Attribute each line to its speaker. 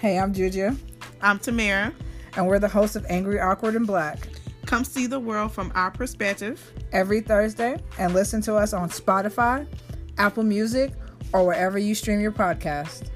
Speaker 1: Hey, I'm Juju,
Speaker 2: I'm Tamara.
Speaker 1: and we're the hosts of Angry, Awkward, and Black
Speaker 2: Come see the world from our perspective.
Speaker 1: every Thursday and listen to us on Spotify, Apple Music, or wherever you stream your podcast.